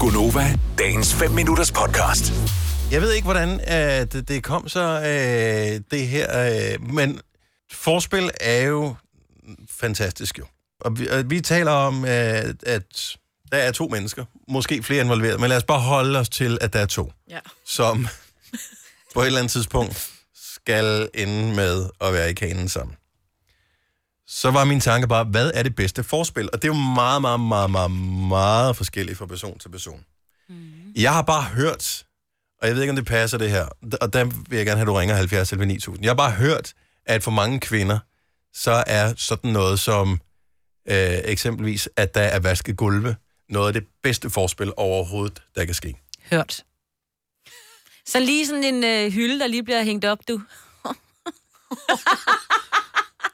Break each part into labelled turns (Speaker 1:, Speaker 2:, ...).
Speaker 1: Gunova, dagens 5 minutters podcast.
Speaker 2: Jeg ved ikke, hvordan øh, det, det kom så, øh, det her, øh, men forspil er jo fantastisk jo. Og vi, og vi taler om, øh, at der er to mennesker, måske flere involveret, men lad os bare holde os til, at der er to,
Speaker 3: Ja.
Speaker 2: som på et eller andet tidspunkt skal ende med at være i kanen sammen. Så var min tanke bare, hvad er det bedste forspil? Og det er jo meget, meget, meget, meget, meget forskelligt fra person til person. Jeg har bare hørt, og jeg ved ikke, om det passer det her, d- og der vil jeg gerne have, at du ringer 70 11 9000. Jeg har bare hørt, at for mange kvinder, så er sådan noget som øh, eksempelvis, at der er vasket gulve, noget af det bedste forspil overhovedet, der kan ske.
Speaker 4: Hørt. Så lige sådan en øh, hylde, der lige bliver hængt op, du.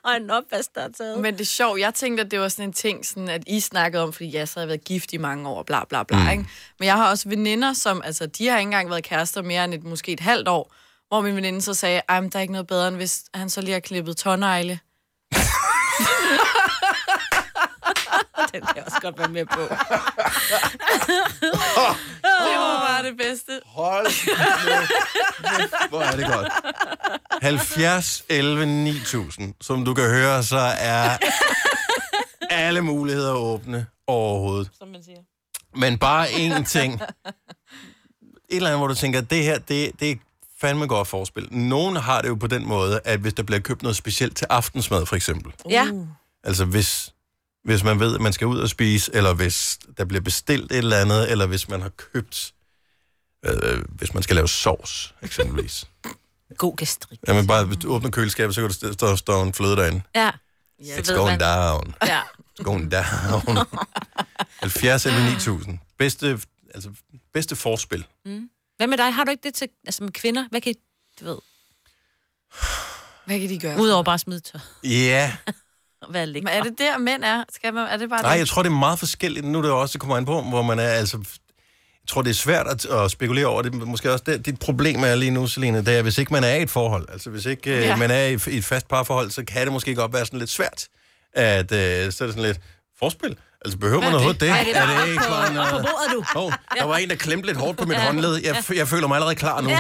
Speaker 4: og en opvask, der er taget.
Speaker 3: Men det er sjovt, jeg tænkte, at det var sådan en ting, sådan, at I snakkede om, fordi ja, så har jeg været gift i mange år, bla bla bla, mm. ikke? Men jeg har også veninder, som, altså, de har ikke engang været kærester mere end et, måske et halvt år, hvor min veninde så sagde, ej, men der er ikke noget bedre, end hvis han så lige har klippet tårnegle.
Speaker 4: Den kan jeg også godt være med på.
Speaker 3: Det var bare det bedste.
Speaker 2: Hold Hvor er det godt. 70 11 9000, som du kan høre, så er alle muligheder åbne overhovedet.
Speaker 4: Som man siger.
Speaker 2: Men bare én ting. Et eller andet, hvor du tænker, det her, det, det er fandme godt forspil. Nogen har det jo på den måde, at hvis der bliver købt noget specielt til aftensmad, for eksempel.
Speaker 4: Ja.
Speaker 2: Altså hvis, hvis man ved, at man skal ud og spise, eller hvis der bliver bestilt et eller andet, eller hvis man har købt, øh, hvis man skal lave sovs, eksempelvis.
Speaker 4: God gastrik.
Speaker 2: Jamen bare, hvis du åbner køleskabet, så kan du stå, stå en fløde derinde.
Speaker 4: Ja.
Speaker 3: Ja.
Speaker 4: Så
Speaker 2: It's going down.
Speaker 3: Ja.
Speaker 2: It's going down. 70 eller 9000. Bedste, altså, bedste forspil.
Speaker 4: Hvad med dig? Har du ikke det til altså med kvinder? Hvad kan I, du ved,
Speaker 3: Hvad kan de gøre?
Speaker 4: udover bare at smide tøj?
Speaker 2: Ja. Yeah.
Speaker 4: og være lækker?
Speaker 3: Men er det der, mænd er? Skal man, er det bare
Speaker 2: Nej,
Speaker 3: det?
Speaker 2: jeg tror, det er meget forskelligt. Nu er det jo også, det kommer an på, hvor man er. Altså, jeg tror, det er svært at, at spekulere over. Det er måske også det, dit problem er lige nu, Selina, det er, hvis ikke man er i et forhold, altså hvis ikke ja.
Speaker 3: Ja.
Speaker 2: øh, man er i, f- i et fast parforhold, så kan det måske godt være sådan lidt svært, at øh, så er det sådan lidt forspil. Altså, behøver man
Speaker 3: Hvad er
Speaker 2: overhovedet
Speaker 3: det?
Speaker 2: det?
Speaker 4: Ej, det er
Speaker 2: er
Speaker 4: bare
Speaker 2: det ikke bare
Speaker 4: På
Speaker 2: noget?
Speaker 4: bordet, du.
Speaker 2: Oh, der var en, der klemte lidt hårdt på mit håndled. Jeg, f- jeg føler mig allerede klar nu.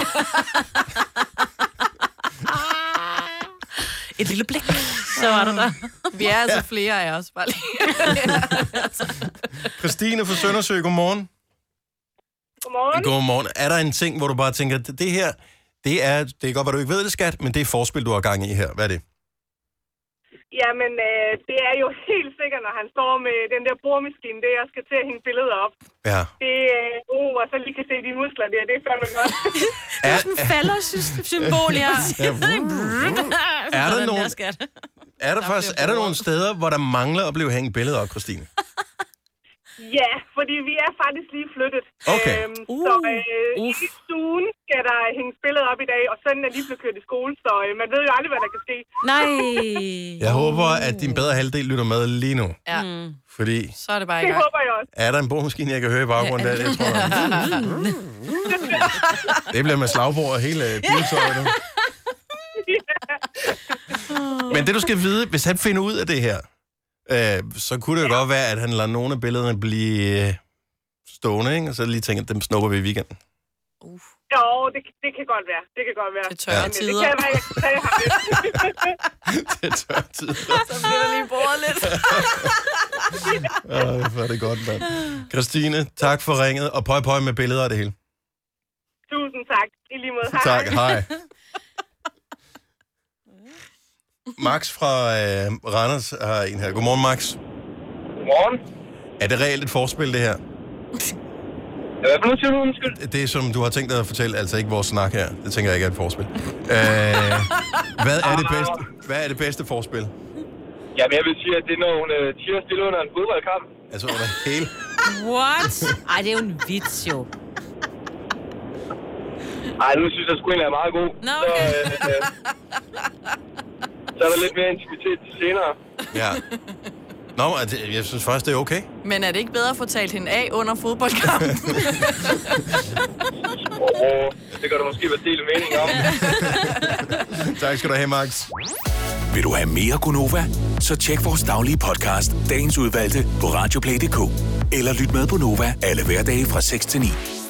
Speaker 4: Et lille blik. Så var du der.
Speaker 3: Vi er altså flere af os, bare lige.
Speaker 2: Christine fra Søndersø, godmorgen.
Speaker 5: Godmorgen.
Speaker 2: Godmorgen. Er der en ting, hvor du bare tænker, det det her, det er, det er godt, at du ikke ved det, skat, men det er forspil, du har gang i her. Hvad er det?
Speaker 5: Jamen, øh, det er jo helt sikkert, når han står med den der boremaskine, det jeg skal til at hænge billeder op.
Speaker 2: Ja.
Speaker 5: Det er, øh, uh, og så lige kan se de muskler der, det er fandme godt.
Speaker 2: Er,
Speaker 4: Sådan en falder-symbol, ja.
Speaker 2: Er der
Speaker 4: Sådan
Speaker 2: nogen-
Speaker 4: skat.
Speaker 2: er, der faktisk, er der nogle steder, hvor der mangler at blive hængt billeder op, Christine?
Speaker 5: ja, fordi vi er faktisk lige flyttet.
Speaker 2: Okay.
Speaker 5: Øhm, så øh,
Speaker 4: Uh,
Speaker 5: i stuen skal der hænges billeder op i dag, og sønnen er lige blevet kørt i skole, så øh, man ved jo aldrig, hvad der kan ske.
Speaker 4: Nej.
Speaker 2: Jeg håber, at din bedre halvdel lytter med lige nu.
Speaker 3: Ja.
Speaker 2: Fordi
Speaker 3: Så er det bare i
Speaker 5: Det
Speaker 3: gang.
Speaker 5: håber jeg også.
Speaker 2: er der en boremaskine, jeg kan høre i baggrunden? Der, jeg tror, jeg. Det bliver med slagbord og hele øh, biltøjet nu. Men det du skal vide, hvis han finder ud af det her, øh, så kunne det jo godt være, at han lader nogle af billederne blive øh, stående, ikke? og så lige tænker, dem snupper vi i weekenden.
Speaker 5: Jo, det, det kan godt være. Det kan godt være.
Speaker 3: Det er tørre
Speaker 5: Men, øh, Det
Speaker 3: tider.
Speaker 5: kan være, jeg kan tage ham lidt.
Speaker 2: det er tør tid.
Speaker 3: Så bliver der lige bordet lidt.
Speaker 2: Åh, hvor er det godt, mand. Christine, tak for ringet, og pøj pøj med billeder og det hele.
Speaker 5: Tusind tak. I lige måde. Hej.
Speaker 2: Tak, hej. Max fra øh, Randers har en her. Godmorgen, Max.
Speaker 6: Godmorgen.
Speaker 2: Er det reelt et forspil, det her?
Speaker 6: Øh, Hvad for noget siger du, undskyld?
Speaker 2: Det, som du har tænkt dig at fortælle, altså ikke vores snak her. Det tænker jeg ikke er et forspil. Øh, hvad, er det bedste, hvad er det bedste forspil?
Speaker 6: Jamen, jeg vil sige, at det er, når hun øh, tiger stille under en fodboldkamp.
Speaker 2: Altså under hele...
Speaker 4: What? Ej, det er jo en vits, jo.
Speaker 6: Ej, nu synes jeg sgu egentlig, er meget god.
Speaker 4: Nå, okay.
Speaker 6: Så, øh, øh, så er der lidt mere intimitet til senere.
Speaker 2: Ja. Nå, men det- jeg synes faktisk, det er okay.
Speaker 3: Men er det ikke bedre at få talt hende af under fodboldkampen?
Speaker 6: Og, og det gør der måske være del mening om.
Speaker 2: Tak skal du have, Max.
Speaker 1: Vil du have mere Gunova? Så tjek vores daglige podcast, dagens udvalgte, på radioplay.dk. Eller lyt med på Nova alle hverdage fra 6 til 9.